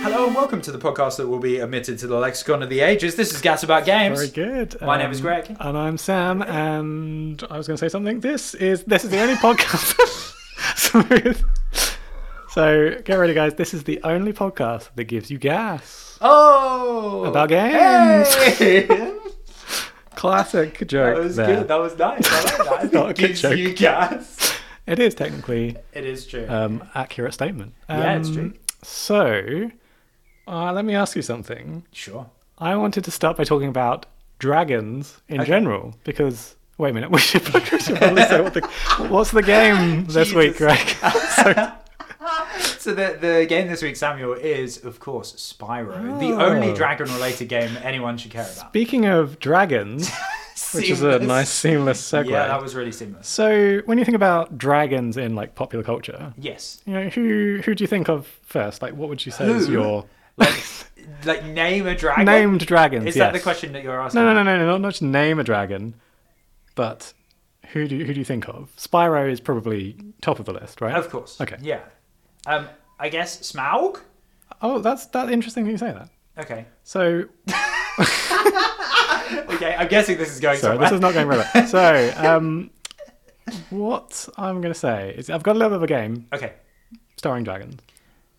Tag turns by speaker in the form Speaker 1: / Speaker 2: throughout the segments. Speaker 1: Hello and welcome to the podcast that will be admitted to the lexicon of the ages. This is Gas About Games.
Speaker 2: Very good. Um,
Speaker 1: My name is Greg.
Speaker 2: And I'm Sam. And I was going to say something. This is this is the only podcast. Smooth. So get ready, guys. This is the only podcast that gives you gas.
Speaker 1: Oh,
Speaker 2: About games.
Speaker 1: Hey! that
Speaker 2: Classic joke.
Speaker 1: was
Speaker 2: there.
Speaker 1: good. That was nice. I like that.
Speaker 2: Not a good
Speaker 1: Gives
Speaker 2: joke.
Speaker 1: you gas.
Speaker 2: It is technically
Speaker 1: It is true.
Speaker 2: um, accurate statement.
Speaker 1: Yeah, it's
Speaker 2: Um,
Speaker 1: true.
Speaker 2: So uh, let me ask you something.
Speaker 1: sure.
Speaker 2: I wanted to start by talking about dragons in
Speaker 1: Okay.
Speaker 2: general because wait a minute, we should we should probably say what the, what's the game this week,
Speaker 1: Jesus.
Speaker 2: Greg? so,
Speaker 1: So the the game this week, Samuel, is of course Spyro, the
Speaker 2: Oh.
Speaker 1: only dragon-related game anyone should care about.
Speaker 2: speaking of dragons, which is a
Speaker 1: Seamless.
Speaker 2: nice seamless segue.
Speaker 1: Yeah, that was really seamless.
Speaker 2: So when you think about dragons in like popular culture,
Speaker 1: Yes.
Speaker 2: you know who who do you think of first? Like, what would you say is
Speaker 1: Who?
Speaker 2: your
Speaker 1: Like, like name a dragon.
Speaker 2: named dragons?
Speaker 1: Is that the
Speaker 2: yes.
Speaker 1: question that you're asking?
Speaker 2: No, no, no, no, no, not, not just name a dragon, but who do you, who do you think of? Spyro is probably top of the list, right?
Speaker 1: Of course.
Speaker 2: Okay.
Speaker 1: Yeah. Um, I guess Smaug.
Speaker 2: Oh, that's that's interesting that you say that.
Speaker 1: Okay.
Speaker 2: So
Speaker 1: Okay. I'm guessing this is going
Speaker 2: sorry,
Speaker 1: somewhere.
Speaker 2: this is not going very well. So um, what I'm going to say is I've got a little bit of a game
Speaker 1: Okay.
Speaker 2: starring dragons.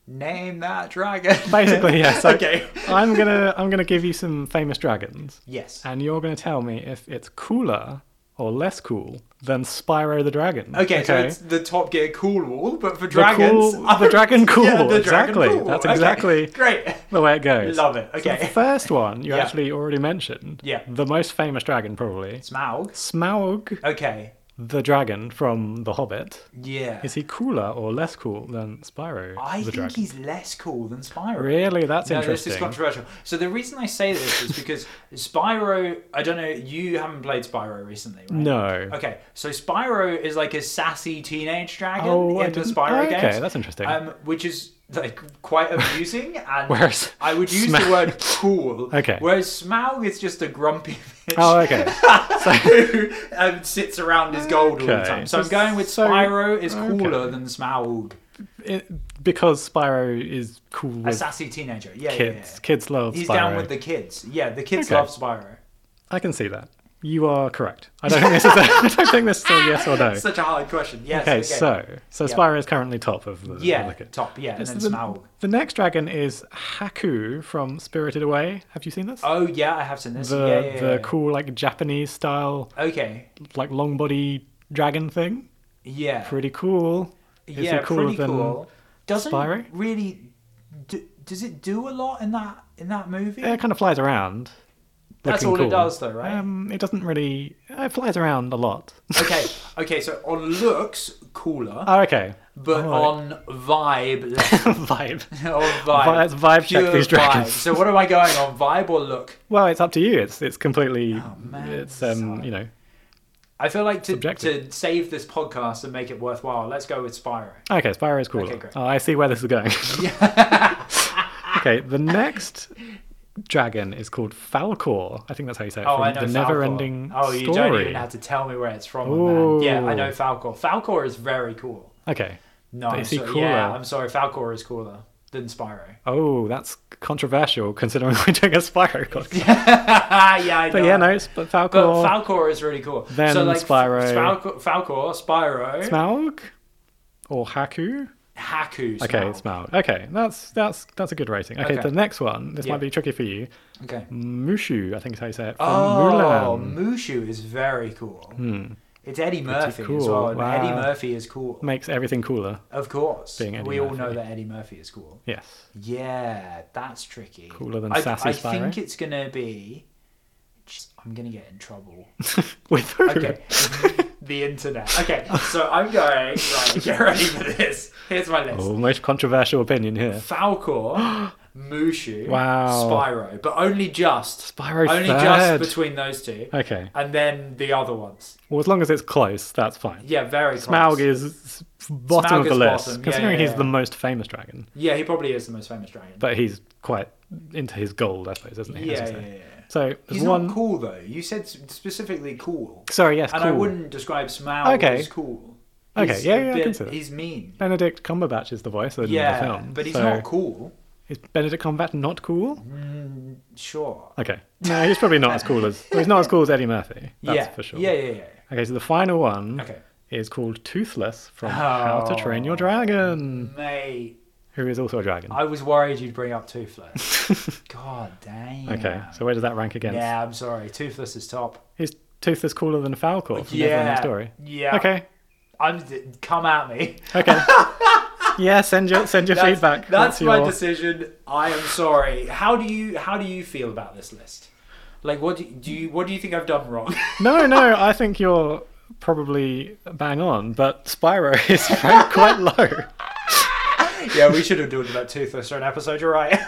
Speaker 1: Name that dragon.
Speaker 2: Basically, yeah. So
Speaker 1: okay.
Speaker 2: I'm gonna I'm gonna give you some famous dragons,
Speaker 1: Yes.
Speaker 2: and you're gonna tell me if it's cooler or less cool than Spyro the Dragon.
Speaker 1: Okay, so it's the Top Gear cool wall, but for
Speaker 2: The
Speaker 1: dragons.
Speaker 2: cool- the dragon cool
Speaker 1: Yeah,
Speaker 2: wall,
Speaker 1: the dragon
Speaker 2: exactly.
Speaker 1: cool wall.
Speaker 2: That's
Speaker 1: Okay,
Speaker 2: exactly-
Speaker 1: Great.
Speaker 2: the way it goes.
Speaker 1: Love it.
Speaker 2: So the
Speaker 1: Okay.
Speaker 2: first one you
Speaker 1: Yeah.
Speaker 2: actually already mentioned.
Speaker 1: Yeah.
Speaker 2: The most famous dragon probably.
Speaker 1: Smaug.
Speaker 2: Smaug
Speaker 1: Okay.
Speaker 2: the dragon from The Hobbit.
Speaker 1: Yeah.
Speaker 2: Is he cooler or less cool than Spyro
Speaker 1: I
Speaker 2: the
Speaker 1: think
Speaker 2: dragon?
Speaker 1: he's less cool than Spyro.
Speaker 2: Really, that's
Speaker 1: No, this
Speaker 2: interesting.
Speaker 1: is controversial. So the reason I say this is because Spyro. I don't know. You haven't played Spyro recently, right?
Speaker 2: no.
Speaker 1: Okay, so Spyro is like a sassy teenage dragon
Speaker 2: Oh, I
Speaker 1: in the
Speaker 2: didn't-
Speaker 1: Spyro
Speaker 2: oh, okay,
Speaker 1: games.
Speaker 2: that's interesting.
Speaker 1: Um, which is like quite amusing, and
Speaker 2: Whereas
Speaker 1: I would use
Speaker 2: Smaug-
Speaker 1: the word cool.
Speaker 2: Okay.
Speaker 1: Whereas Smaug is just a grumpy bitch
Speaker 2: Oh, okay.
Speaker 1: who um, sits around his gold all the
Speaker 2: Okay.
Speaker 1: time. So I'm
Speaker 2: So-
Speaker 1: going with
Speaker 2: so-
Speaker 1: Spyro is
Speaker 2: okay.
Speaker 1: cooler than Smaug,
Speaker 2: It- because Spyro is cool
Speaker 1: a
Speaker 2: with
Speaker 1: sassy teenager. Yeah, yeah,
Speaker 2: kids. Kids love
Speaker 1: yeah. He's
Speaker 2: Spyro.
Speaker 1: down with the kids. Yeah, the kids
Speaker 2: Okay.
Speaker 1: love Spyro.
Speaker 2: I can see that. You are correct. I don't think this is a, I don't think this is a yes or no.
Speaker 1: Such a hard question. Yes.
Speaker 2: okay, so so
Speaker 1: Yeah.
Speaker 2: Spyro is currently top of the
Speaker 1: yeah,
Speaker 2: the list.
Speaker 1: top. Yeah, and then
Speaker 2: the,
Speaker 1: Smaug.
Speaker 2: the next dragon is Haku from Spirited Away. Have you seen this?
Speaker 1: Oh yeah, I have seen this.
Speaker 2: the
Speaker 1: yeah, yeah,
Speaker 2: the
Speaker 1: yeah.
Speaker 2: cool like Japanese style
Speaker 1: Okay.
Speaker 2: like long body dragon thing.
Speaker 1: Yeah.
Speaker 2: Pretty cool. Is he
Speaker 1: yeah,
Speaker 2: cooler
Speaker 1: pretty
Speaker 2: than
Speaker 1: cool. Doesn't
Speaker 2: Spyro?
Speaker 1: really. Do, does it do a lot in that in that movie?
Speaker 2: Yeah, It kind of flies around.
Speaker 1: That's
Speaker 2: looking
Speaker 1: all it
Speaker 2: cool.
Speaker 1: does, though, right?
Speaker 2: Um, it doesn't really. It flies around a lot.
Speaker 1: okay. Okay. So on looks cooler,
Speaker 2: oh, okay.
Speaker 1: but
Speaker 2: alright.
Speaker 1: on vibe less.
Speaker 2: vibe.
Speaker 1: on vibe.
Speaker 2: Let's vibe check
Speaker 1: Pure
Speaker 2: these
Speaker 1: vibe.
Speaker 2: dragons.
Speaker 1: So what am I going on? Vibe or look?
Speaker 2: Well, it's up to you. It's it's completely.
Speaker 1: Oh, man,
Speaker 2: it's um,
Speaker 1: sorry.
Speaker 2: you know.
Speaker 1: I feel like to
Speaker 2: Subjective.
Speaker 1: to save this podcast and make it worthwhile, let's go with Spyro.
Speaker 2: Okay, Spyro is cooler.
Speaker 1: Okay, great.
Speaker 2: Oh, I see where this is going. okay, the next dragon is called Falcor. I think that's how you say it.
Speaker 1: Oh,
Speaker 2: from
Speaker 1: I know
Speaker 2: the
Speaker 1: Falcor.
Speaker 2: never-ending
Speaker 1: Oh, you don't
Speaker 2: story.
Speaker 1: even have to tell me where it's from, man. Yeah, I
Speaker 2: Ooh.
Speaker 1: know Falcor. Falcor is very cool.
Speaker 2: Okay.
Speaker 1: No,
Speaker 2: But
Speaker 1: I'm
Speaker 2: is he
Speaker 1: sorry. yeah,
Speaker 2: cooler?
Speaker 1: I'm sorry. Falcor is cooler than Spyro.
Speaker 2: Oh, that's controversial considering we're doing a Spyro podcast.
Speaker 1: yeah, I know.
Speaker 2: But yeah, no, it's, but Falcor,
Speaker 1: But Falcor is really cool.
Speaker 2: Then
Speaker 1: so like F-
Speaker 2: Spyro.
Speaker 1: Falcor, Falcor Spyro,
Speaker 2: Smaug, or Haku.
Speaker 1: Haku. Smaug.
Speaker 2: Okay, Smaug. Okay, that's that's that's a good rating. Okay,
Speaker 1: Okay.
Speaker 2: the next one. This
Speaker 1: Yeah.
Speaker 2: might be tricky for you.
Speaker 1: Okay.
Speaker 2: Mushu, I think is how you say it. From
Speaker 1: Oh,
Speaker 2: Mulan. Hmm.
Speaker 1: Mushu is very cool. It's Eddie Murphy as
Speaker 2: cool.
Speaker 1: well. And
Speaker 2: Wow.
Speaker 1: Eddie Murphy is cool.
Speaker 2: Makes everything cooler.
Speaker 1: Of course.
Speaker 2: Being Eddie
Speaker 1: we all
Speaker 2: Murphy.
Speaker 1: know that Eddie Murphy is cool.
Speaker 2: Yes.
Speaker 1: Yeah, that's tricky.
Speaker 2: Cooler than
Speaker 1: I,
Speaker 2: Sassy
Speaker 1: I
Speaker 2: Spyro?
Speaker 1: think it's going to be. just- I'm going to get in trouble.
Speaker 2: With who?
Speaker 1: Okay. the internet. Okay, so I'm going. Right, get ready for this. Here's my list.
Speaker 2: Oh, most controversial opinion here.
Speaker 1: Falcor, Mushu,
Speaker 2: Wow.
Speaker 1: Spyro, but only just.
Speaker 2: Spyro
Speaker 1: only
Speaker 2: third. Oh.
Speaker 1: just between those two.
Speaker 2: Okay.
Speaker 1: And then the other ones.
Speaker 2: Well, as long as it's close, that's fine.
Speaker 1: Yeah, very close.
Speaker 2: Smaug is s- bottom
Speaker 1: Smaug
Speaker 2: of the
Speaker 1: is
Speaker 2: list,
Speaker 1: bottom. Yeah,
Speaker 2: considering
Speaker 1: yeah,
Speaker 2: he's
Speaker 1: yeah.
Speaker 2: the most famous dragon.
Speaker 1: Yeah, he probably is the most famous dragon.
Speaker 2: But he's quite into his gold, I suppose, isn't he?
Speaker 1: yeah,
Speaker 2: as you
Speaker 1: yeah,
Speaker 2: say?
Speaker 1: yeah, yeah.
Speaker 2: So there's
Speaker 1: He's
Speaker 2: one.
Speaker 1: not cool though. You said s- specifically cool,
Speaker 2: Sorry, yes,
Speaker 1: and
Speaker 2: cool.
Speaker 1: I wouldn't describe Smaug
Speaker 2: Okay.
Speaker 1: as cool.
Speaker 2: Okay,
Speaker 1: He's
Speaker 2: yeah,
Speaker 1: a
Speaker 2: yeah, I
Speaker 1: bit-
Speaker 2: consider that.
Speaker 1: He's mean.
Speaker 2: Benedict Cumberbatch is the voice in the
Speaker 1: Yeah,
Speaker 2: film,
Speaker 1: but he's
Speaker 2: so
Speaker 1: not cool.
Speaker 2: Is Benedict Cumberbatch not cool?
Speaker 1: Mm, sure.
Speaker 2: Okay. No, he's probably not as cool as. Well, he's not as cool as Eddie Murphy. That's
Speaker 1: yeah.
Speaker 2: for sure.
Speaker 1: Yeah, yeah, yeah.
Speaker 2: Okay, so the final one
Speaker 1: Okay. Oh.
Speaker 2: is called Toothless from How to Train Your Dragon,
Speaker 1: Mate,
Speaker 2: who is also a dragon.
Speaker 1: I was worried you'd bring up Toothless. God damn.
Speaker 2: Okay, so where does that rank against?
Speaker 1: Yeah, I'm sorry. Toothless is top.
Speaker 2: Is Toothless cooler than Falcor from Neverending
Speaker 1: yeah.
Speaker 2: Story?
Speaker 1: Yeah.
Speaker 2: Okay.
Speaker 1: I'm come at me.
Speaker 2: Okay. yeah, send your send your
Speaker 1: That's,
Speaker 2: feedback.
Speaker 1: that's
Speaker 2: What's
Speaker 1: my
Speaker 2: your-
Speaker 1: decision. I am sorry. How do you how do you feel about this list? Like what do you, do you what do you think I've done wrong?
Speaker 2: No, no, I think you're probably bang on, but Spyro is ranked quite low.
Speaker 1: yeah, we should have talked about Toothless for an episode. You're right.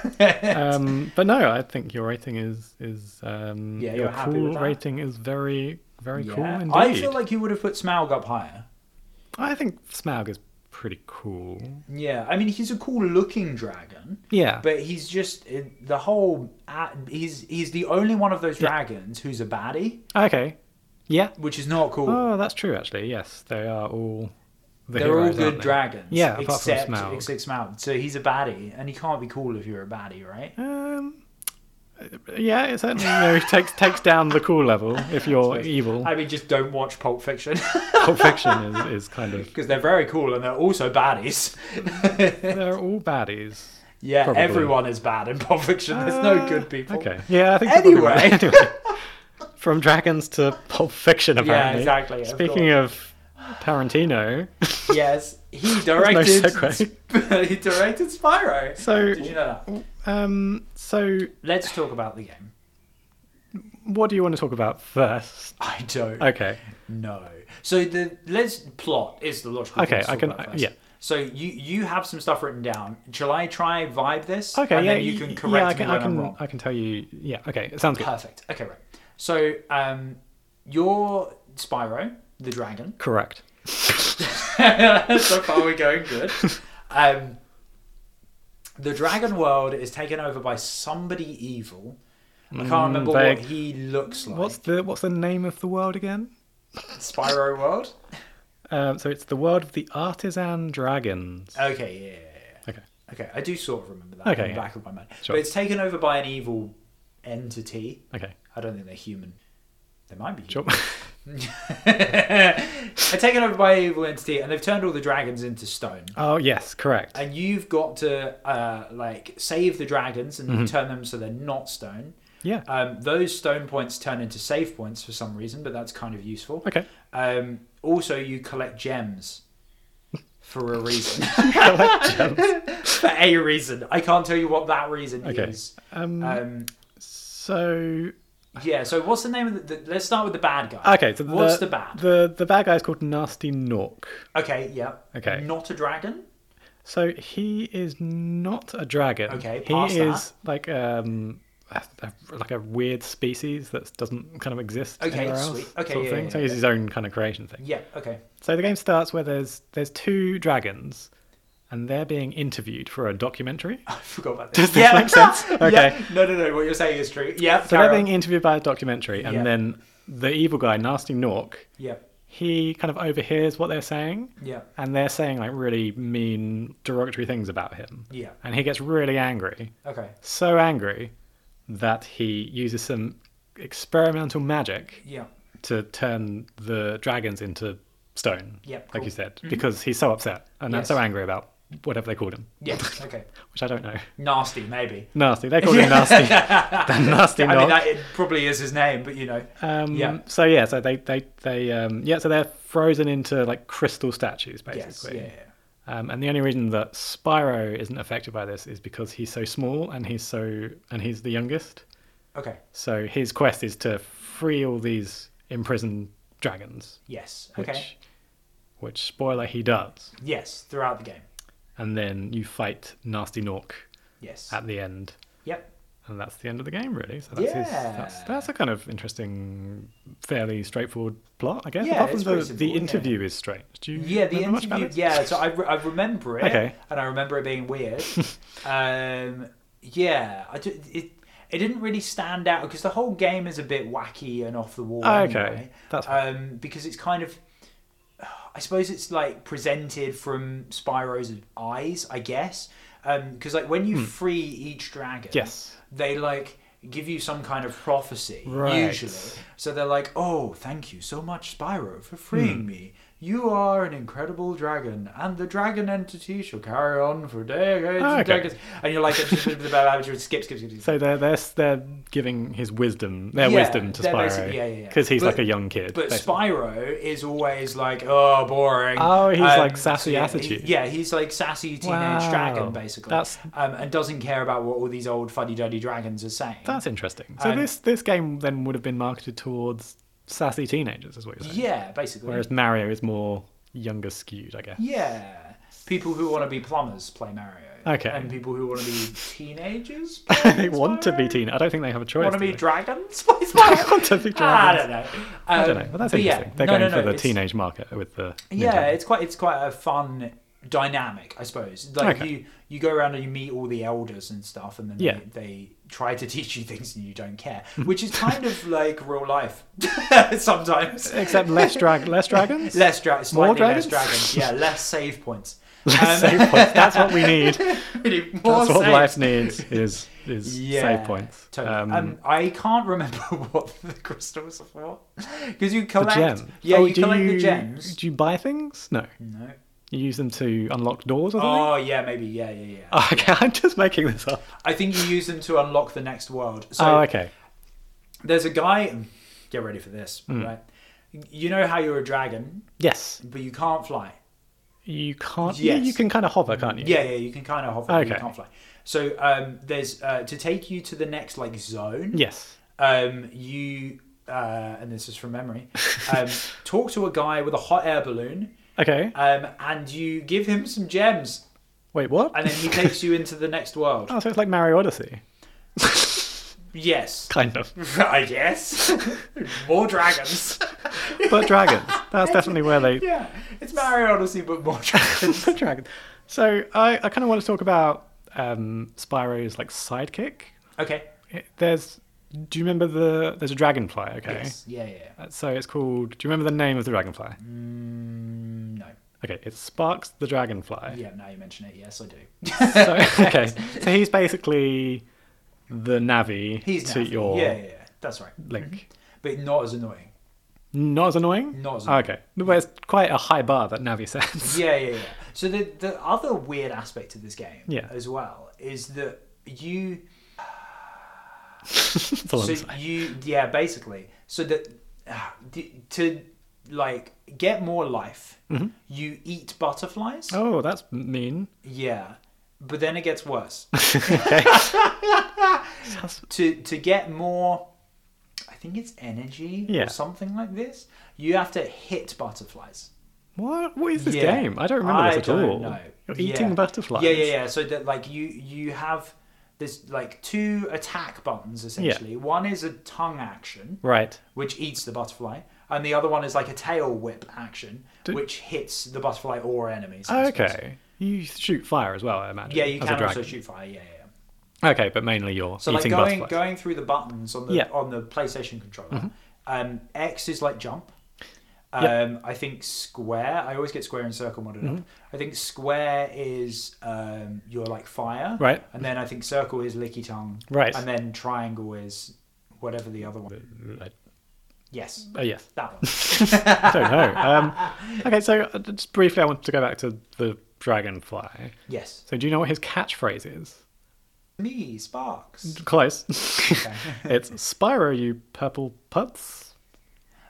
Speaker 2: Um, but no, I think your rating is is um,
Speaker 1: Yeah,
Speaker 2: your
Speaker 1: you're happy
Speaker 2: cool
Speaker 1: with that?
Speaker 2: rating is very very cool
Speaker 1: Yeah.
Speaker 2: indeed.
Speaker 1: I feel like you would have put Smaug up higher.
Speaker 2: I think Smaug is pretty cool.
Speaker 1: Yeah, I mean he's a cool looking dragon.
Speaker 2: Yeah,
Speaker 1: But he's just it- the whole. a- He's he's the only one of those dragons who's a baddie,
Speaker 2: okay, yeah.
Speaker 1: which is not cool.
Speaker 2: Oh, that's true actually. Yes, they are all. The
Speaker 1: They're all
Speaker 2: heroes,
Speaker 1: good
Speaker 2: aren't they?
Speaker 1: dragons.
Speaker 2: Yeah, apart from
Speaker 1: except
Speaker 2: Smaug.
Speaker 1: except Smaug. So he's a baddie, and he can't be cool if you're a baddie, right?
Speaker 2: Um, yeah, it certainly you know, takes takes down the cool level if you're evil.
Speaker 1: I mean, just don't watch Pulp Fiction
Speaker 2: Pulp Fiction is, is kind of
Speaker 1: because they're very cool and they're also baddies.
Speaker 2: they're all baddies.
Speaker 1: yeah,
Speaker 2: Probably.
Speaker 1: everyone is bad in Pulp Fiction. There's no
Speaker 2: Uh,
Speaker 1: good people.
Speaker 2: Okay. Yeah, I think you're probably right. anyway, from dragons to Pulp Fiction, apparently.
Speaker 1: exactly, of
Speaker 2: Speaking of Tarantino,
Speaker 1: Yes, he directed.
Speaker 2: segue.
Speaker 1: he directed Spyro.
Speaker 2: So-
Speaker 1: did you know that?
Speaker 2: um, so
Speaker 1: Let's talk about the game.
Speaker 2: what do you want to talk about first?
Speaker 1: I don't.
Speaker 2: Okay.
Speaker 1: No. So the let's plot is the logical.
Speaker 2: Okay,
Speaker 1: thing to
Speaker 2: I
Speaker 1: talk
Speaker 2: can-
Speaker 1: about
Speaker 2: I-
Speaker 1: first.
Speaker 2: yeah.
Speaker 1: So you you have some stuff written down. Shall I try vibe this?
Speaker 2: Okay.
Speaker 1: And
Speaker 2: yeah.
Speaker 1: Then you
Speaker 2: y-
Speaker 1: can correct
Speaker 2: yeah, I
Speaker 1: me
Speaker 2: can.
Speaker 1: when
Speaker 2: I can. uh,
Speaker 1: I'm wrong.
Speaker 2: I can tell you. Yeah. Okay. It sounds good.
Speaker 1: Perfect. Okay. Right. So um, you're Spyro the dragon.
Speaker 2: Correct.
Speaker 1: so far we're going good. Um, the dragon world is taken over by somebody evil. I can't remember
Speaker 2: Mm, vague.
Speaker 1: what he looks like.
Speaker 2: What's the What's the name of the world again?
Speaker 1: Spyro world?
Speaker 2: Um, so it's the world of the artisan dragons.
Speaker 1: Okay. Yeah. yeah, yeah.
Speaker 2: Okay.
Speaker 1: Okay, I do sort of remember that
Speaker 2: Okay,
Speaker 1: in the
Speaker 2: yeah.
Speaker 1: back of my mind.
Speaker 2: Sure.
Speaker 1: But it's taken over by an evil entity.
Speaker 2: Okay.
Speaker 1: I don't think they're human. They might be.
Speaker 2: Sure.
Speaker 1: Human. they're taken over by an evil entity, and they've turned all the dragons into stone.
Speaker 2: oh yes, correct.
Speaker 1: And you've got to uh, like save the dragons and
Speaker 2: Mm-hmm.
Speaker 1: turn them so they're not stone.
Speaker 2: yeah.
Speaker 1: Um, those stone points turn into save points for some reason, but that's kind of useful.
Speaker 2: Okay.
Speaker 1: Um, also, you collect gems for a reason. for a reason. I can't tell you what that reason
Speaker 2: Okay.
Speaker 1: is.
Speaker 2: Um,
Speaker 1: Um,
Speaker 2: so
Speaker 1: yeah. So what's the name of the, the? Let's start with the bad guy.
Speaker 2: okay, so
Speaker 1: what's the bad?
Speaker 2: The the bad guy is called Nasty Nork.
Speaker 1: Okay. Yeah.
Speaker 2: Okay.
Speaker 1: Not a dragon.
Speaker 2: So he is not a dragon.
Speaker 1: Okay,
Speaker 2: He
Speaker 1: pass
Speaker 2: is like um a- a- like a weird species that doesn't kind of exist
Speaker 1: Okay,
Speaker 2: anywhere else.
Speaker 1: sweet. Okay,
Speaker 2: sort of
Speaker 1: yeah,
Speaker 2: thing.
Speaker 1: yeah,
Speaker 2: so he's
Speaker 1: yeah.
Speaker 2: his own kind of creation thing.
Speaker 1: Yeah. Okay.
Speaker 2: So the game starts where there's there's two dragons, and they're being interviewed for a documentary.
Speaker 1: I forgot about this.
Speaker 2: Does this make sense?
Speaker 1: Yeah.
Speaker 2: Okay.
Speaker 1: No, no, no. What you're saying is true. Yeah. carry
Speaker 2: So they're
Speaker 1: on.
Speaker 2: being interviewed by a documentary, and
Speaker 1: Yeah.
Speaker 2: then the evil guy, Nasty Nork,
Speaker 1: Yeah.
Speaker 2: he kind of overhears what they're saying,
Speaker 1: Yeah.
Speaker 2: and they're saying like really mean, derogatory things about him.
Speaker 1: Yeah.
Speaker 2: And he gets really angry,
Speaker 1: Okay.
Speaker 2: so angry that he uses some experimental magic
Speaker 1: Yeah.
Speaker 2: to turn the dragons into stone.
Speaker 1: Yep,
Speaker 2: like
Speaker 1: cool. Mm-hmm.
Speaker 2: you said, because he's so upset and
Speaker 1: Yes.
Speaker 2: so angry about whatever they called him,
Speaker 1: Yeah. Okay.
Speaker 2: which I don't know.
Speaker 1: Nasty, maybe.
Speaker 2: Nasty. They called him nasty. the nasty.
Speaker 1: I
Speaker 2: knock.
Speaker 1: mean, that it probably is his name, but you know.
Speaker 2: Um,
Speaker 1: Yeah.
Speaker 2: So yeah, so they they they um, yeah, so they're frozen into like crystal statues
Speaker 1: Yes.
Speaker 2: basically.
Speaker 1: Yeah. yeah.
Speaker 2: Um, and the only reason that Spyro isn't affected by this is because he's so small and he's so and he's the youngest.
Speaker 1: Okay.
Speaker 2: So his quest is to free all these imprisoned dragons,
Speaker 1: Yes.
Speaker 2: which
Speaker 1: Okay.
Speaker 2: which spoiler he does.
Speaker 1: Yes. Throughout the game.
Speaker 2: And then you fight Nasty Nork
Speaker 1: Yes.
Speaker 2: at the end.
Speaker 1: Yep.
Speaker 2: And that's the end of the game, really. So that's his, that's
Speaker 1: Yeah.
Speaker 2: that's a kind of interesting, fairly straightforward plot, I guess.
Speaker 1: Yeah,
Speaker 2: Apart
Speaker 1: it's
Speaker 2: from the,
Speaker 1: pretty
Speaker 2: the
Speaker 1: simple, yeah.
Speaker 2: interview is strange. Do you
Speaker 1: Yeah, the
Speaker 2: remember much about
Speaker 1: interview.
Speaker 2: it?
Speaker 1: Yeah, so I, re- I remember it,
Speaker 2: Okay.
Speaker 1: and I remember it being weird. um, yeah, I ju- it it didn't really stand out because the whole game is a bit wacky and off the wall.
Speaker 2: Oh, okay.
Speaker 1: anyway.
Speaker 2: That's fine.
Speaker 1: um, because it's kind of, I suppose it's like presented from Spyro's eyes, I guess. Because like when you free each dragon,
Speaker 2: Hmm. Yes.
Speaker 1: they like give you some kind of prophecy
Speaker 2: Right.
Speaker 1: usually. So they're like, "Oh, thank you so much, Spyro, for
Speaker 2: Hmm.
Speaker 1: freeing me. You are an incredible dragon, and the dragon entity shall carry on for decades
Speaker 2: Okay.
Speaker 1: and decades." And you're like, skip, skip, skip, skip.
Speaker 2: So they're they're they're giving his wisdom, their
Speaker 1: Yeah,
Speaker 2: wisdom to
Speaker 1: they're basi-
Speaker 2: Spyro,
Speaker 1: yeah, yeah, yeah.
Speaker 2: because he's
Speaker 1: But-
Speaker 2: like a young kid.
Speaker 1: But
Speaker 2: basically.
Speaker 1: Spyro is always like, oh, boring. Um,
Speaker 2: Oh, he's like sassy
Speaker 1: yeah, he-
Speaker 2: attitude.
Speaker 1: yeah, he's like sassy teenage
Speaker 2: Wow.
Speaker 1: dragon, basically.
Speaker 2: That's-
Speaker 1: um, and doesn't care about what all these old fuddy duddy dragons are saying.
Speaker 2: That's interesting. So
Speaker 1: Um,
Speaker 2: this this game then would have been marketed towards sassy teenagers, is what you're saying.
Speaker 1: yeah, basically.
Speaker 2: Whereas Mario is more younger skewed, I guess.
Speaker 1: yeah, people who want to be plumbers play Mario.
Speaker 2: Okay.
Speaker 1: And people who want to be teenagers.
Speaker 2: they want to be teen. I don't think they have a choice.
Speaker 1: Want to
Speaker 2: do
Speaker 1: be
Speaker 2: they?
Speaker 1: dragons? Play Spyro.
Speaker 2: want to be
Speaker 1: I
Speaker 2: dragons.
Speaker 1: don't know. Um,
Speaker 2: I don't know. Well, that's
Speaker 1: but yeah,
Speaker 2: interesting. They're
Speaker 1: no,
Speaker 2: going
Speaker 1: no,
Speaker 2: for
Speaker 1: no,
Speaker 2: the
Speaker 1: it's-
Speaker 2: teenage market with the
Speaker 1: Yeah,
Speaker 2: Nintendo.
Speaker 1: it's quite it's quite a fun dynamic, I suppose. Like
Speaker 2: Okay.
Speaker 1: you you go around and you meet all the elders and stuff, and then
Speaker 2: Yeah.
Speaker 1: they, they try to teach you things and you don't care, which is kind of like real life sometimes.
Speaker 2: except less drag less dragons.
Speaker 1: Less dra- slightly
Speaker 2: dragons?
Speaker 1: less dragons, yeah, less save points.
Speaker 2: Less
Speaker 1: Um,
Speaker 2: save points. That's what we need.
Speaker 1: we need more
Speaker 2: That's what
Speaker 1: saves.
Speaker 2: life needs is is
Speaker 1: Yeah,
Speaker 2: save points.
Speaker 1: Totally.
Speaker 2: Um,
Speaker 1: Um, I can't remember what the crystals are for because you
Speaker 2: the
Speaker 1: collect.
Speaker 2: gem.
Speaker 1: Yeah,
Speaker 2: Oh,
Speaker 1: you
Speaker 2: do
Speaker 1: collect
Speaker 2: you,
Speaker 1: the gems.
Speaker 2: Do you buy things? No.
Speaker 1: No.
Speaker 2: You use them to unlock doors or something.
Speaker 1: Oh yeah, maybe yeah, yeah, yeah.
Speaker 2: Oh, okay, I'm just making this up.
Speaker 1: I think you use them to unlock the next world. So
Speaker 2: oh, okay.
Speaker 1: there's a guy. Get ready for this,
Speaker 2: Hmm.
Speaker 1: right? You know how you're a dragon,
Speaker 2: Yes.
Speaker 1: but you can't fly.
Speaker 2: You can't. yeah,
Speaker 1: Yes.
Speaker 2: you can kind of hover, can't you?
Speaker 1: Yeah, yeah, you can kind of hover, but you
Speaker 2: Okay.
Speaker 1: can't fly. So um, there's uh, to take you to the next like zone.
Speaker 2: Yes.
Speaker 1: Um, you uh, and this is from memory. Um, talk to a guy with a hot air balloon,
Speaker 2: Okay.
Speaker 1: um, and you give him some gems,
Speaker 2: Wait, what?
Speaker 1: and then he takes you into the next world.
Speaker 2: oh, so it's like Mario Odyssey,
Speaker 1: Yes,
Speaker 2: kind of,
Speaker 1: I guess more dragons.
Speaker 2: but dragons. That's definitely where they
Speaker 1: Yeah, it's Mario Odyssey, but more dragons.
Speaker 2: dragon. So I, I kind of want to talk about um, Spyro's like sidekick.
Speaker 1: okay.
Speaker 2: It- There's, do you remember the? There's a dragonfly. Okay.
Speaker 1: Yes. Yeah, yeah. yeah.
Speaker 2: Uh, So it's called. Do you remember the name of the dragonfly?
Speaker 1: Mm, no.
Speaker 2: Okay, it's Sparks the dragonfly.
Speaker 1: Yeah, now you mention it. Yes, I do.
Speaker 2: So, okay, so he's basically the Navi
Speaker 1: He's
Speaker 2: to
Speaker 1: naffy.
Speaker 2: your
Speaker 1: Yeah, yeah, yeah. That's right.
Speaker 2: Link.
Speaker 1: But not as annoying.
Speaker 2: Not as annoying.
Speaker 1: Mm-hmm.
Speaker 2: Ah,
Speaker 1: Not as annoying.
Speaker 2: Okay, well, it's quite a high bar that Navi sets.
Speaker 1: Yeah, yeah, yeah. So the the other weird aspect of this game,
Speaker 2: Yeah.
Speaker 1: as well, is that you.
Speaker 2: That's all I'm
Speaker 1: So
Speaker 2: saying.
Speaker 1: you, yeah, basically. So that ah, d- to like get more life, you eat butterflies.
Speaker 2: Mm-hmm. Oh, that's mean.
Speaker 1: Yeah, but then it gets worse.
Speaker 2: Sounds-
Speaker 1: to to get more I think it's energy
Speaker 2: Yeah.
Speaker 1: or something like this. You have to hit butterflies.
Speaker 2: What? What is this
Speaker 1: Yeah.
Speaker 2: game? I don't remember this at
Speaker 1: don't
Speaker 2: all.
Speaker 1: know.
Speaker 2: You're
Speaker 1: Yeah.
Speaker 2: eating butterflies.
Speaker 1: Yeah, yeah, yeah. So that like you you have there's like two attack buttons essentially. One is a tongue action
Speaker 2: Right.
Speaker 1: which eats the butterfly, and the other one is like a tail whip action
Speaker 2: Do- Oh,
Speaker 1: which hits the butterfly or enemies. I suppose.
Speaker 2: Okay. You shoot fire as well, I imagine.
Speaker 1: Yeah, you
Speaker 2: as
Speaker 1: can
Speaker 2: a
Speaker 1: also
Speaker 2: dragon.
Speaker 1: shoot fire. Yeah, yeah. yeah.
Speaker 2: Okay, but mainly you're
Speaker 1: So like
Speaker 2: eating
Speaker 1: going
Speaker 2: butterflies.
Speaker 1: going through the buttons on the
Speaker 2: Yeah. Mm-hmm.
Speaker 1: on the PlayStation controller, um, X is like jump. Um,
Speaker 2: Yeah.
Speaker 1: I think square. I always get square and circle modded up.
Speaker 2: Mm-hmm.
Speaker 1: I think square is um, your like fire,
Speaker 2: Right.
Speaker 1: And then I think circle is licky tongue,
Speaker 2: Right.
Speaker 1: And then triangle is whatever the other one.
Speaker 2: Right.
Speaker 1: Yes,
Speaker 2: Oh yes.
Speaker 1: that one.
Speaker 2: I don't know. Um, okay, so uh, just briefly, I wanted to go back to the dragonfly.
Speaker 1: yes,
Speaker 2: So do you know what his catchphrase is?
Speaker 1: me sparks.
Speaker 2: Close. it's Spyro, you purple putz.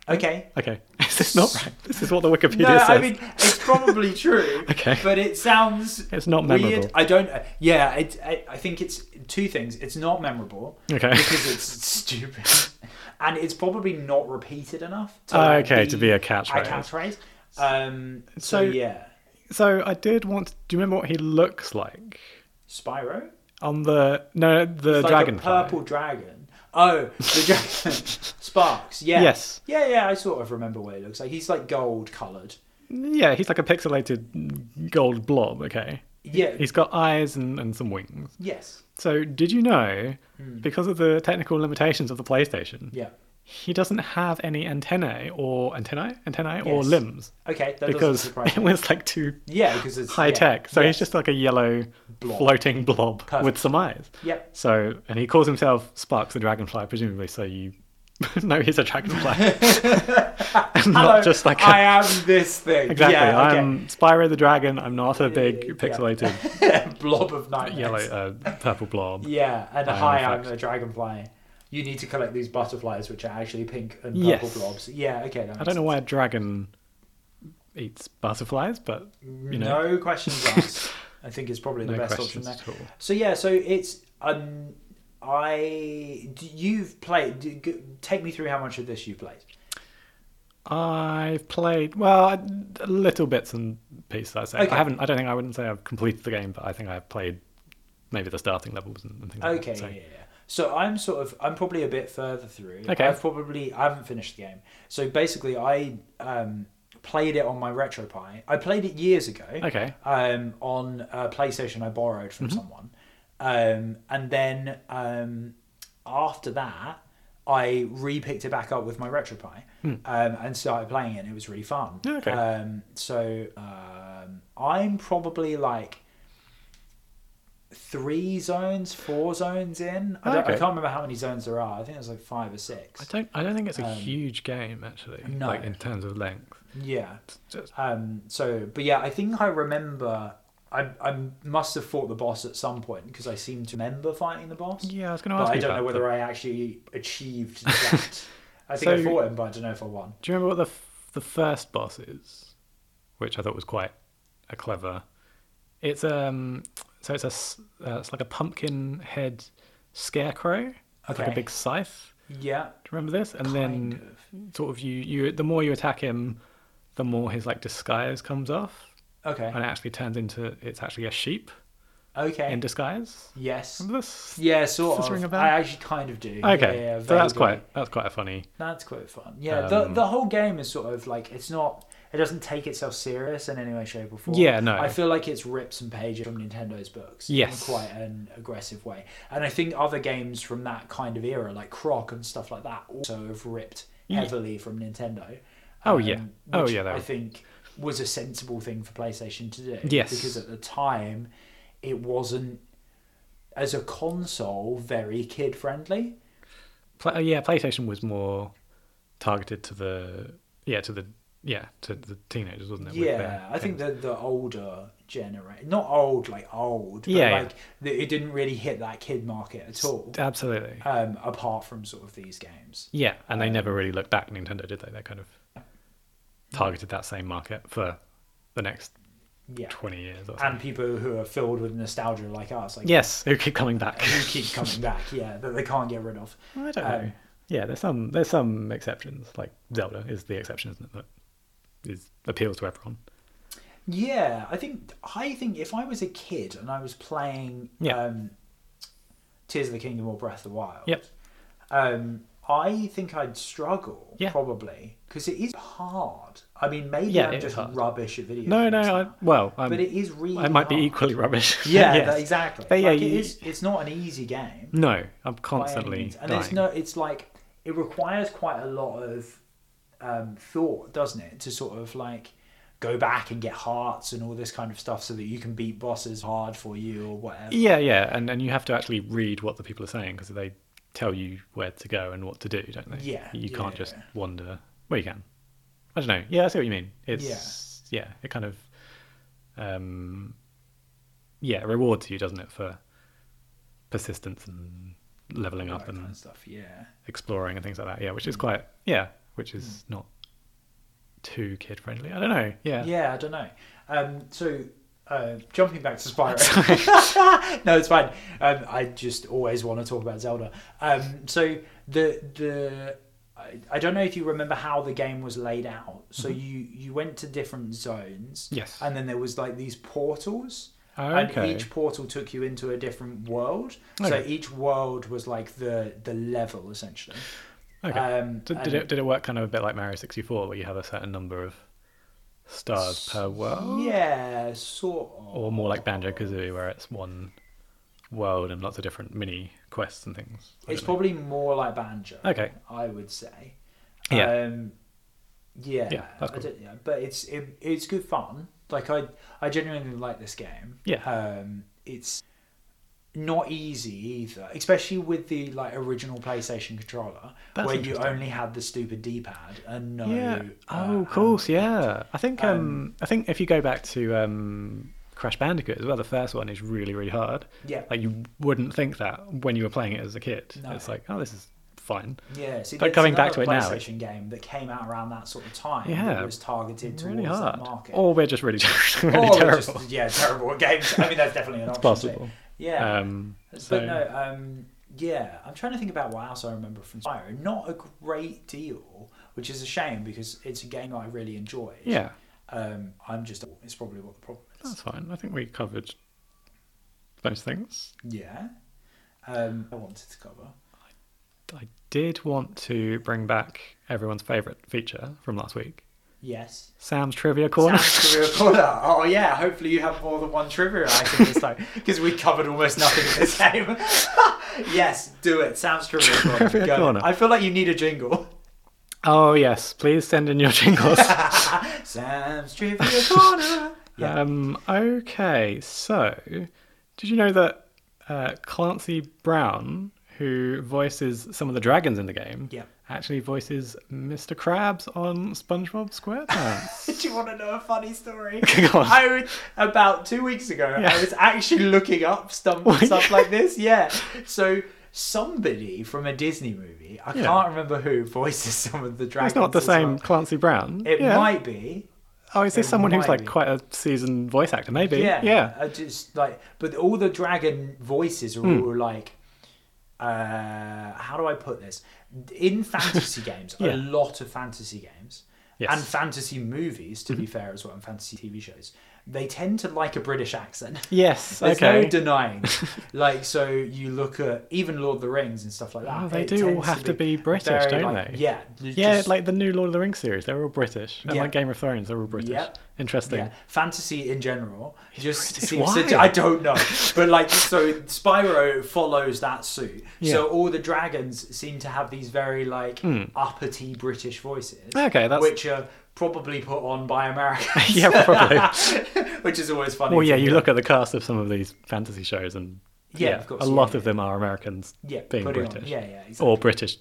Speaker 1: Okay.
Speaker 2: Okay, this is not right. This is what the Wikipedia
Speaker 1: No,
Speaker 2: says.
Speaker 1: I mean it's probably true.
Speaker 2: Okay.
Speaker 1: but it sounds
Speaker 2: It's not memorable.
Speaker 1: Weird. I don't. Yeah, it, I, I think it's two things. It's not memorable
Speaker 2: Okay.
Speaker 1: because it's stupid, and it's probably not repeated enough. To
Speaker 2: Oh,
Speaker 1: like,
Speaker 2: okay, to be a catchphrase.
Speaker 1: A catchphrase. Um, so,
Speaker 2: So-
Speaker 1: yeah,
Speaker 2: So I did want. Do you remember what he looks like
Speaker 1: Spyro.
Speaker 2: on the no the
Speaker 1: It's like
Speaker 2: dragon?
Speaker 1: a purple dragon. Oh, the dragon sparks. Yeah.
Speaker 2: Yes.
Speaker 1: Yeah, yeah. I sort of remember what it looks like. He's like gold coloured.
Speaker 2: Yeah, he's like a pixelated gold blob. Okay,
Speaker 1: Yeah.
Speaker 2: he's got eyes and, and some wings.
Speaker 1: yes. Hmm.
Speaker 2: So did you know, because of the technical limitations of the PlayStation,
Speaker 1: Yeah.
Speaker 2: he doesn't have any antennae or antennae, antennae or
Speaker 1: Yes.
Speaker 2: limbs
Speaker 1: Okay, that doesn't
Speaker 2: because
Speaker 1: surprise
Speaker 2: it
Speaker 1: me.
Speaker 2: was like too
Speaker 1: Yeah, because it's
Speaker 2: high
Speaker 1: yeah,
Speaker 2: tech. So he's
Speaker 1: yes,
Speaker 2: just like a yellow
Speaker 1: Blob.
Speaker 2: floating blob
Speaker 1: Perfect.
Speaker 2: with some eyes.
Speaker 1: Yep.
Speaker 2: So and he calls himself Sparks the Dragonfly, presumably. So you know he's a dragonfly, and
Speaker 1: Hello,
Speaker 2: not just like a,
Speaker 1: I am this thing.
Speaker 2: exactly.
Speaker 1: Yeah, okay.
Speaker 2: I'm Spyro the Dragon. I'm not a
Speaker 1: Yeah.
Speaker 2: big pixelated
Speaker 1: blob of nightmares.
Speaker 2: yellow uh, purple blob.
Speaker 1: Yeah, and
Speaker 2: I am
Speaker 1: hi,
Speaker 2: a
Speaker 1: I'm
Speaker 2: fox.
Speaker 1: a dragonfly. You need to collect these butterflies, which are actually pink and purple
Speaker 2: Yes.
Speaker 1: blobs. Yeah, okay. That
Speaker 2: I don't know why a dragon eats butterflies, but you know,
Speaker 1: No questions asked. I think is probably the
Speaker 2: no
Speaker 1: best option
Speaker 2: questions
Speaker 1: there.
Speaker 2: at all.
Speaker 1: So yeah, so it's um, I do- you've played. do- g- Take me through how much of this you played.
Speaker 2: I've played well I- little bits and pieces. I say
Speaker 1: Okay.
Speaker 2: I haven't. I don't think I wouldn't say I've completed the game, but I think I've played maybe the starting levels and, and things. like
Speaker 1: Okay,
Speaker 2: that. So,
Speaker 1: yeah, yeah. So I'm sort of I'm probably a bit further through.
Speaker 2: Okay.
Speaker 1: I've probably I haven't finished the game. So basically, I um, played it on my RetroPie. I played it years ago.
Speaker 2: Okay.
Speaker 1: um, on a PlayStation I borrowed
Speaker 2: Mm-hmm.
Speaker 1: from someone. Um, and then um, after that, I re picked it back up with my RetroPie um, and started playing it, and it was really fun.
Speaker 2: Hmm. Oh, Okay.
Speaker 1: Um, so um, I'm probably like three zones, four zones in. I, don't, I
Speaker 2: Okay.
Speaker 1: can't remember how many zones there are. I think there's like five or six.
Speaker 2: I don't. I don't think it's a
Speaker 1: Um,
Speaker 2: huge game actually.
Speaker 1: no.
Speaker 2: Like in terms of length.
Speaker 1: Yeah.
Speaker 2: It's just-
Speaker 1: Um, so, but yeah, I think I remember. I, I must have fought the boss at some point because I seem to remember fighting the boss.
Speaker 2: yeah, I was going to
Speaker 1: but
Speaker 2: ask
Speaker 1: I
Speaker 2: you
Speaker 1: don't know
Speaker 2: about
Speaker 1: whether
Speaker 2: the-
Speaker 1: I actually achieved that. I think I
Speaker 2: So-
Speaker 1: fought him, but I don't know if I won.
Speaker 2: Do you remember what the f- the first boss is, which I thought was quite a clever. It's um. So it's a. s- Uh, it's like a pumpkin head scarecrow. It's Like
Speaker 1: Okay.
Speaker 2: a big scythe.
Speaker 1: Yeah.
Speaker 2: Do you remember this? And
Speaker 1: Kind
Speaker 2: then sort of you you the more you attack him, the more his like disguise comes off,
Speaker 1: Okay.
Speaker 2: and it actually turns into it's actually a sheep
Speaker 1: Okay.
Speaker 2: in disguise.
Speaker 1: yes.
Speaker 2: Remember this?
Speaker 1: Yeah, sort
Speaker 2: Does this
Speaker 1: of.
Speaker 2: ring a bell?
Speaker 1: I actually kind of do.
Speaker 2: Okay,
Speaker 1: Yeah, yeah,
Speaker 2: so
Speaker 1: vaguely.
Speaker 2: that's quite that's quite a funny.
Speaker 1: That's quite fun. Yeah, the
Speaker 2: Um,
Speaker 1: the whole game is sort of like it's not it doesn't take itself serious in any way, shape, or form.
Speaker 2: Yeah, no.
Speaker 1: I feel like it's ripped some pages from Nintendo's books
Speaker 2: Yes.
Speaker 1: in quite an aggressive way. And I think other games from that kind of era, like Croc and stuff like that, also have ripped
Speaker 2: Ye-
Speaker 1: heavily from Nintendo. Um,
Speaker 2: Oh, yeah. Oh,
Speaker 1: which
Speaker 2: yeah, they
Speaker 1: I
Speaker 2: were.
Speaker 1: think was a sensible thing for PlayStation to do.
Speaker 2: Yes.
Speaker 1: Because at the time, it wasn't as a console very kid friendly.
Speaker 2: Pla uh, yeah, PlayStation was more targeted to the yeah to the yeah to the teenagers, wasn't it? with
Speaker 1: Yeah,
Speaker 2: their
Speaker 1: I think
Speaker 2: things?
Speaker 1: the the older generation, not old like old, but
Speaker 2: Yeah, yeah.
Speaker 1: like The, it didn't really hit that kid market at all.
Speaker 2: absolutely.
Speaker 1: Um, apart from sort of these games.
Speaker 2: Yeah,
Speaker 1: Um,
Speaker 2: and they never really looked back. Nintendo did they? They kind of targeted that same market for the next
Speaker 1: Yeah,
Speaker 2: twenty years or something.
Speaker 1: and people who are filled with nostalgia like us, like
Speaker 2: yes, who keep coming back.
Speaker 1: who keep coming back. Yeah, that they can't get rid of.
Speaker 2: Well, I don't
Speaker 1: Um,
Speaker 2: know. Yeah, there's some there's some exceptions. Like Zelda is the exception, isn't it? That is appeals to everyone.
Speaker 1: Yeah, I think I think if I was a kid and I was playing
Speaker 2: Yeah.
Speaker 1: um, Tears of the Kingdom or Breath of the Wild,
Speaker 2: Yep.
Speaker 1: um, I think I'd struggle
Speaker 2: Yeah.
Speaker 1: probably because it is hard. I mean, maybe
Speaker 2: Yeah, it
Speaker 1: I'm
Speaker 2: is
Speaker 1: just
Speaker 2: hard.
Speaker 1: rubbish at video.
Speaker 2: No,
Speaker 1: games
Speaker 2: no.
Speaker 1: now,
Speaker 2: I, well, I'm,
Speaker 1: but it is really.
Speaker 2: I might be
Speaker 1: hard.
Speaker 2: equally rubbish.
Speaker 1: Yeah,
Speaker 2: Yes.
Speaker 1: that- exactly.
Speaker 2: But yeah,
Speaker 1: Like, it
Speaker 2: you-
Speaker 1: is. It's not an easy game.
Speaker 2: No, I'm
Speaker 1: by any
Speaker 2: constantly
Speaker 1: means. and it's
Speaker 2: dying.
Speaker 1: no. It's like it requires quite a lot of um, thought, doesn't it, to sort of like go back and get hearts and all this kind of stuff, so that you can beat bosses hard for you or whatever.
Speaker 2: Yeah, yeah, and and you have to actually read what the people are saying because they tell you where to go and what to do, don't they?
Speaker 1: Yeah,
Speaker 2: You
Speaker 1: yeah,
Speaker 2: can't
Speaker 1: yeah,
Speaker 2: just
Speaker 1: yeah.
Speaker 2: wander. Well, you can. I don't know. Yeah, I see what you mean. It's yeah, it kind of um yeah, it rewards you, doesn't it, for persistence and leveling
Speaker 1: All
Speaker 2: up
Speaker 1: that kind
Speaker 2: and
Speaker 1: of stuff. Yeah.
Speaker 2: exploring and things like that. Yeah, which is
Speaker 1: Hmm.
Speaker 2: quite yeah, which is not too kid friendly. I don't know. Yeah.
Speaker 1: Yeah, I don't know. Um, so, uh, jumping back to Spyro. no, it's fine. Um, I just always want to talk about Zelda. Um, so the the I, I don't know if you remember how the game was laid out. So you you went to different zones.
Speaker 2: Mm-hmm. Yes.
Speaker 1: And then there was like these portals.
Speaker 2: Oh,
Speaker 1: And
Speaker 2: okay.
Speaker 1: each portal took you into a different world. So
Speaker 2: Okay.
Speaker 1: each world was like the the level essentially.
Speaker 2: Okay.
Speaker 1: Um,
Speaker 2: Did,
Speaker 1: and-
Speaker 2: did it did it work kind of a bit like Mario sixty four, where you have a certain number of stars per world,
Speaker 1: Yeah, sort of.
Speaker 2: or more like Banjo Kazooie, where it's one world and lots of different mini quests and things. I
Speaker 1: It's
Speaker 2: don't know.
Speaker 1: probably more like Banjo.
Speaker 2: okay.
Speaker 1: I would say.
Speaker 2: Yeah.
Speaker 1: Um, yeah.
Speaker 2: Yeah, that's
Speaker 1: I
Speaker 2: cool.
Speaker 1: don't- yeah, but it's it, it's good fun. Like I I genuinely like this game.
Speaker 2: Yeah.
Speaker 1: Um, it's not easy either, especially with the like original PlayStation controller,
Speaker 2: That's
Speaker 1: where you
Speaker 2: interesting.
Speaker 1: only had the stupid D-pad and no.
Speaker 2: Yeah.
Speaker 1: uh,
Speaker 2: Oh, of course. Yeah. I think um, I think if you go back to um, Crash Bandicoot as well, the first one is really really hard.
Speaker 1: Yeah.
Speaker 2: Like you wouldn't think that when you were playing it as a kid.
Speaker 1: No.
Speaker 2: It's like, oh, this is fun.
Speaker 1: Yeah, see,
Speaker 2: But
Speaker 1: there's
Speaker 2: coming back
Speaker 1: another
Speaker 2: to it now,
Speaker 1: PlayStation game that came out around that sort of time
Speaker 2: Yeah,
Speaker 1: that was targeted towards
Speaker 2: Really hard.
Speaker 1: that market.
Speaker 2: Or we're just really, really
Speaker 1: Or
Speaker 2: terrible.
Speaker 1: just- yeah, terrible at games. I mean, that's definitely an option. too.
Speaker 2: possible.
Speaker 1: Yeah,
Speaker 2: Um,
Speaker 1: but no, um, yeah, I'm trying to think about what else I remember from Spyro. Not a great deal, which is a shame because it's a game I really enjoyed.
Speaker 2: yeah, Oh.
Speaker 1: um, I'm just it's probably what the problem is.
Speaker 2: that's fine. I think we covered those things.
Speaker 1: Yeah, um, I wanted to cover.
Speaker 2: I did want to bring back everyone's favourite feature from last week
Speaker 1: Yes.
Speaker 2: Sam's Trivia Corner.
Speaker 1: Sam's Trivia Corner. Oh yeah. Hopefully you have more than one trivia item this time because we covered almost nothing in this game. yes, do it. Sam's Trivia Corner.
Speaker 2: Trivia
Speaker 1: Go.
Speaker 2: Corner.
Speaker 1: I feel like you need a jingle.
Speaker 2: oh, yes. Please send in your jingles.
Speaker 1: Sam's Trivia Corner. Yeah.
Speaker 2: um, okay. So, did you know that uh, Clancy Brown, who voices some of the dragons in the game,
Speaker 1: Yeah.
Speaker 2: actually voices Mr. Krabs on SpongeBob SquarePants?
Speaker 1: Do you want to know a funny story?
Speaker 2: Go on.
Speaker 1: I was, about two weeks ago,
Speaker 2: Yeah. Oh,
Speaker 1: I was actually looking up stuff, stuff like this. Yeah. So somebody from a Disney movie, I
Speaker 2: Yeah.
Speaker 1: can't remember who, voices some of the dragons.
Speaker 2: It's not the
Speaker 1: as well.
Speaker 2: same Clancy Brown.
Speaker 1: It
Speaker 2: yeah.
Speaker 1: might be.
Speaker 2: Oh, is this
Speaker 1: it
Speaker 2: someone who's
Speaker 1: might
Speaker 2: like
Speaker 1: be.
Speaker 2: quite a seasoned voice actor? Maybe.
Speaker 1: Yeah.
Speaker 2: Yeah.
Speaker 1: I just like, but all the dragon voices are
Speaker 2: Hmm.
Speaker 1: all like. Uh, how do I put this? In fantasy games,
Speaker 2: Yeah.
Speaker 1: a lot of fantasy games,
Speaker 2: Yes. Mm-hmm.
Speaker 1: and fantasy movies, to be fair as well, and fantasy TV shows, they tend to like a British accent.
Speaker 2: Yes.
Speaker 1: There's
Speaker 2: okay.
Speaker 1: no denying. like, so you look at even Lord of the Rings and stuff like that.
Speaker 2: Oh, they
Speaker 1: it
Speaker 2: do all
Speaker 1: tends
Speaker 2: have to be British, don't
Speaker 1: like-
Speaker 2: they?
Speaker 1: Yeah.
Speaker 2: yeah,
Speaker 1: just-
Speaker 2: like the new Lord of the Rings series, they're all British, and
Speaker 1: Yeah.
Speaker 2: like Game of Thrones, they're all British.
Speaker 1: Yep.
Speaker 2: Interesting.
Speaker 1: yeah, fantasy in general just
Speaker 2: British.
Speaker 1: seems
Speaker 2: Why?
Speaker 1: to, I don't know, but like so Spyro follows that suit.
Speaker 2: Yeah.
Speaker 1: So all the dragons seem to have these very like uppity British voices.
Speaker 2: Okay, Ah, that's-
Speaker 1: which are probably put on by Americans.
Speaker 2: Yeah, probably.
Speaker 1: which is always funny.
Speaker 2: Well, yeah,
Speaker 1: to
Speaker 2: you
Speaker 1: hear.
Speaker 2: look at the cast of some of these fantasy shows, and
Speaker 1: Yeah, of course,
Speaker 2: a
Speaker 1: yeah,
Speaker 2: lot
Speaker 1: yeah.
Speaker 2: of them are Americans
Speaker 1: yeah,
Speaker 2: being
Speaker 1: put it on.
Speaker 2: British,
Speaker 1: Yeah, yeah, exactly.
Speaker 2: or British,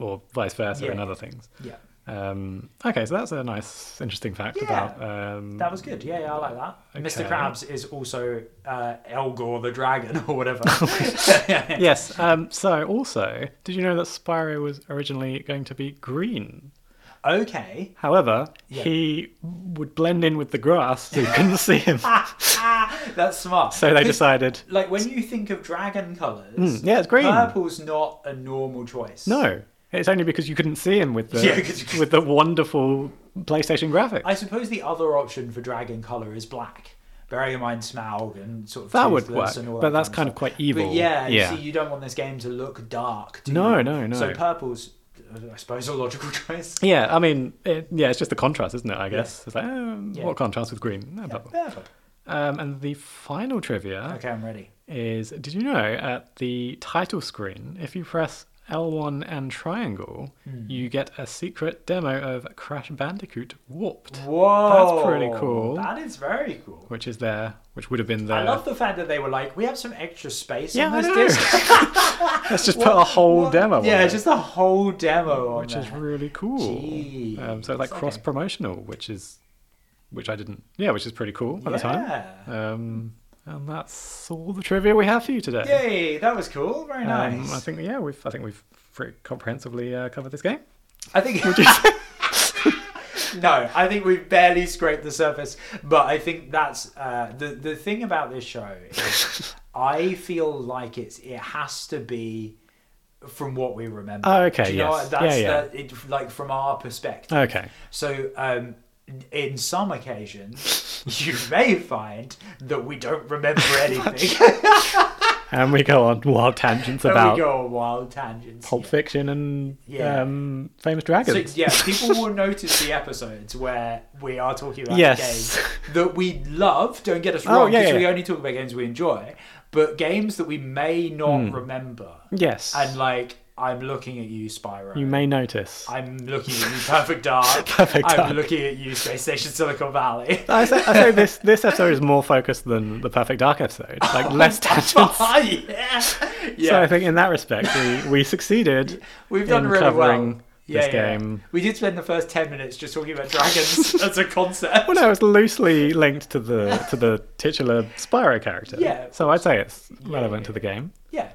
Speaker 2: or vice versa,
Speaker 1: Yeah,
Speaker 2: and
Speaker 1: yeah.
Speaker 2: other things.
Speaker 1: yeah.
Speaker 2: Um, okay, so that's a nice, interesting fact
Speaker 1: Yeah.
Speaker 2: about. Um,
Speaker 1: That was good. Yeah, yeah, I like that. Mr.
Speaker 2: Okay.
Speaker 1: Krabs is also uh, Elgor the dragon or whatever.
Speaker 2: Oh yes. Um, so also, did you know that Spyro was originally going to be green?
Speaker 1: Okay.
Speaker 2: However,
Speaker 1: Yeah.
Speaker 2: he would blend in with the grass, so you couldn't see him.
Speaker 1: That's smart.
Speaker 2: So they
Speaker 1: 'Cause,
Speaker 2: decided,
Speaker 1: Like when you think of dragon colours,
Speaker 2: Mm, yeah, it's green.
Speaker 1: Purple's not a normal choice.
Speaker 2: no, it's only because you couldn't see him with the
Speaker 1: Yeah, 'cause you-
Speaker 2: with the wonderful PlayStation graphics.
Speaker 1: I suppose the other option for dragon colour is black. Bearing in mind Smaug and sort of
Speaker 2: that would
Speaker 1: Toothless
Speaker 2: work,
Speaker 1: and all
Speaker 2: but
Speaker 1: that
Speaker 2: that's
Speaker 1: kind
Speaker 2: kind
Speaker 1: of
Speaker 2: of quite evil.
Speaker 1: But yeah, you
Speaker 2: yeah.
Speaker 1: see, you don't want this game to look dark. Do
Speaker 2: No,
Speaker 1: you?
Speaker 2: no, no.
Speaker 1: So purple's, uh, I suppose, a logical choice.
Speaker 2: Yeah, I mean, it, yeah, it's just the contrast, isn't it? I guess it's like, um,
Speaker 1: Yeah.
Speaker 2: what contrast with green? No,
Speaker 1: Yeah,
Speaker 2: blah, blah.
Speaker 1: purple.
Speaker 2: Um, and the final trivia
Speaker 1: Okay, I'm ready.
Speaker 2: is did you know at the title screen, if you press L1 and triangle,
Speaker 1: Hmm.
Speaker 2: you get a secret demo of Crash Bandicoot Warped,
Speaker 1: Whoa,
Speaker 2: pretty cool.
Speaker 1: That is very cool.
Speaker 2: which is there, which would have been there.
Speaker 1: I love the fact that they were like, we have some extra space
Speaker 2: yeah,
Speaker 1: on
Speaker 2: I
Speaker 1: this
Speaker 2: know.
Speaker 1: disc.
Speaker 2: Let's just put a whole
Speaker 1: What?
Speaker 2: demo
Speaker 1: Yeah,
Speaker 2: on it,
Speaker 1: just a whole demo on
Speaker 2: which is
Speaker 1: there.
Speaker 2: really cool. Um, so
Speaker 1: Jeez,
Speaker 2: like
Speaker 1: okay.
Speaker 2: cross promotional, which is which I didn't. Yeah, which is pretty cool at the time.
Speaker 1: Yeah.
Speaker 2: Um, and that's all the trivia we have for you today.
Speaker 1: Yay, that was cool. Very
Speaker 2: Um,
Speaker 1: nice.
Speaker 2: I think yeah, we've I think we've pretty comprehensively uh, covered this game.
Speaker 1: I think. no, I think we've barely scraped the surface. But I think that's uh, the the thing about this show. Is I feel like it's it has to be from what we remember.
Speaker 2: Oh, okay,
Speaker 1: Do you know
Speaker 2: yes.
Speaker 1: what? That's
Speaker 2: Yeah, yeah. Uh.
Speaker 1: The, it, like from our perspective.
Speaker 2: Okay.
Speaker 1: So, um, in some occasions, you may find that we don't remember anything.
Speaker 2: and we go on wild tangents
Speaker 1: and we
Speaker 2: about
Speaker 1: go on wild tangents.
Speaker 2: Pulp Fiction and
Speaker 1: Yeah.
Speaker 2: um, famous
Speaker 1: So,
Speaker 2: dragons.
Speaker 1: yeah, people will notice the episodes where we are talking about
Speaker 2: Yes.
Speaker 1: games that we love. Don't get us
Speaker 2: Oh,
Speaker 1: wrong,
Speaker 2: yeah,
Speaker 1: because
Speaker 2: yeah.
Speaker 1: we only talk about games we enjoy. but games that we may not
Speaker 2: Hmm.
Speaker 1: remember.
Speaker 2: Yes.
Speaker 1: And like, I'm looking at you, Spyro.
Speaker 2: you may notice.
Speaker 1: I'm looking at you, Perfect Dark.
Speaker 2: Perfect
Speaker 1: I'm
Speaker 2: Dark.
Speaker 1: looking at you, Space Station Silicon Valley.
Speaker 2: I say, I say this this episode is more focused than the Perfect Dark episode. Like less tangents.
Speaker 1: yeah, yeah.
Speaker 2: So I think in that respect, we, we succeeded.
Speaker 1: We've done
Speaker 2: in
Speaker 1: really
Speaker 2: covering
Speaker 1: well.
Speaker 2: this game.
Speaker 1: We did spend the first ten minutes just talking about dragons as a concept.
Speaker 2: Well, no, it's loosely linked to the to the titular Spyro character.
Speaker 1: Yeah, of
Speaker 2: So I'd say it's
Speaker 1: Yeah,
Speaker 2: relevant
Speaker 1: yeah,
Speaker 2: to the game,
Speaker 1: Yeah.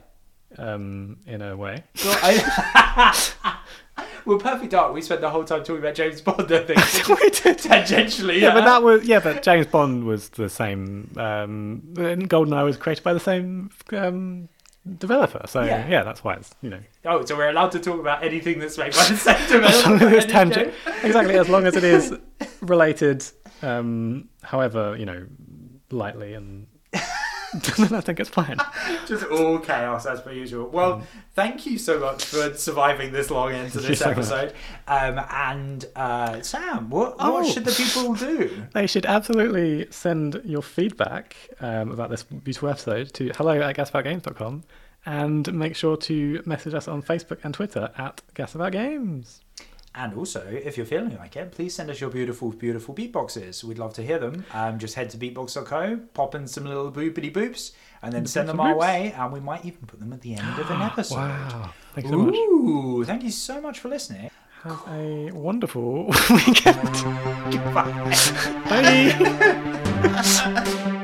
Speaker 2: um, in a way.
Speaker 1: So I- well, Perfect Dark. We spent the whole time talking about James Bond. I think
Speaker 2: we did.
Speaker 1: tangentially.
Speaker 2: Yeah, but that was yeah, but James Bond was the same. Um, and Goldeneye was created by the same um, developer, so
Speaker 1: Yeah.
Speaker 2: yeah. that's why it's you know
Speaker 1: Oh, so we're allowed to talk about anything that's made by the same developer.
Speaker 2: as long as it's
Speaker 1: any
Speaker 2: tangent,
Speaker 1: game?
Speaker 2: exactly as long as it is related, um, however you know lightly and. I think it's fine.
Speaker 1: Just all chaos as per usual. Well, thank you so much for surviving this long into
Speaker 2: Mm. Thank
Speaker 1: this
Speaker 2: you so
Speaker 1: episode. Um, and uh, Sam, what,
Speaker 2: Oh.
Speaker 1: what should the people do?
Speaker 2: They should absolutely send your feedback um, about this beautiful episode to hello at gasaboutgames.com and make sure to message us on Facebook and Twitter at gasaboutgames.
Speaker 1: And also, if you're feeling like it, please send us your beautiful, beautiful beatboxes. We'd love to hear them. Um, just head to beatbox.co, pop in some little boopity boops, and then send them
Speaker 2: some
Speaker 1: our
Speaker 2: boops.
Speaker 1: way, and we might even put them at the end of an episode.
Speaker 2: Wow. Thanks so much.
Speaker 1: Ooh, thank you so much for listening.
Speaker 2: Have a wonderful weekend.
Speaker 1: Goodbye.
Speaker 2: Bye.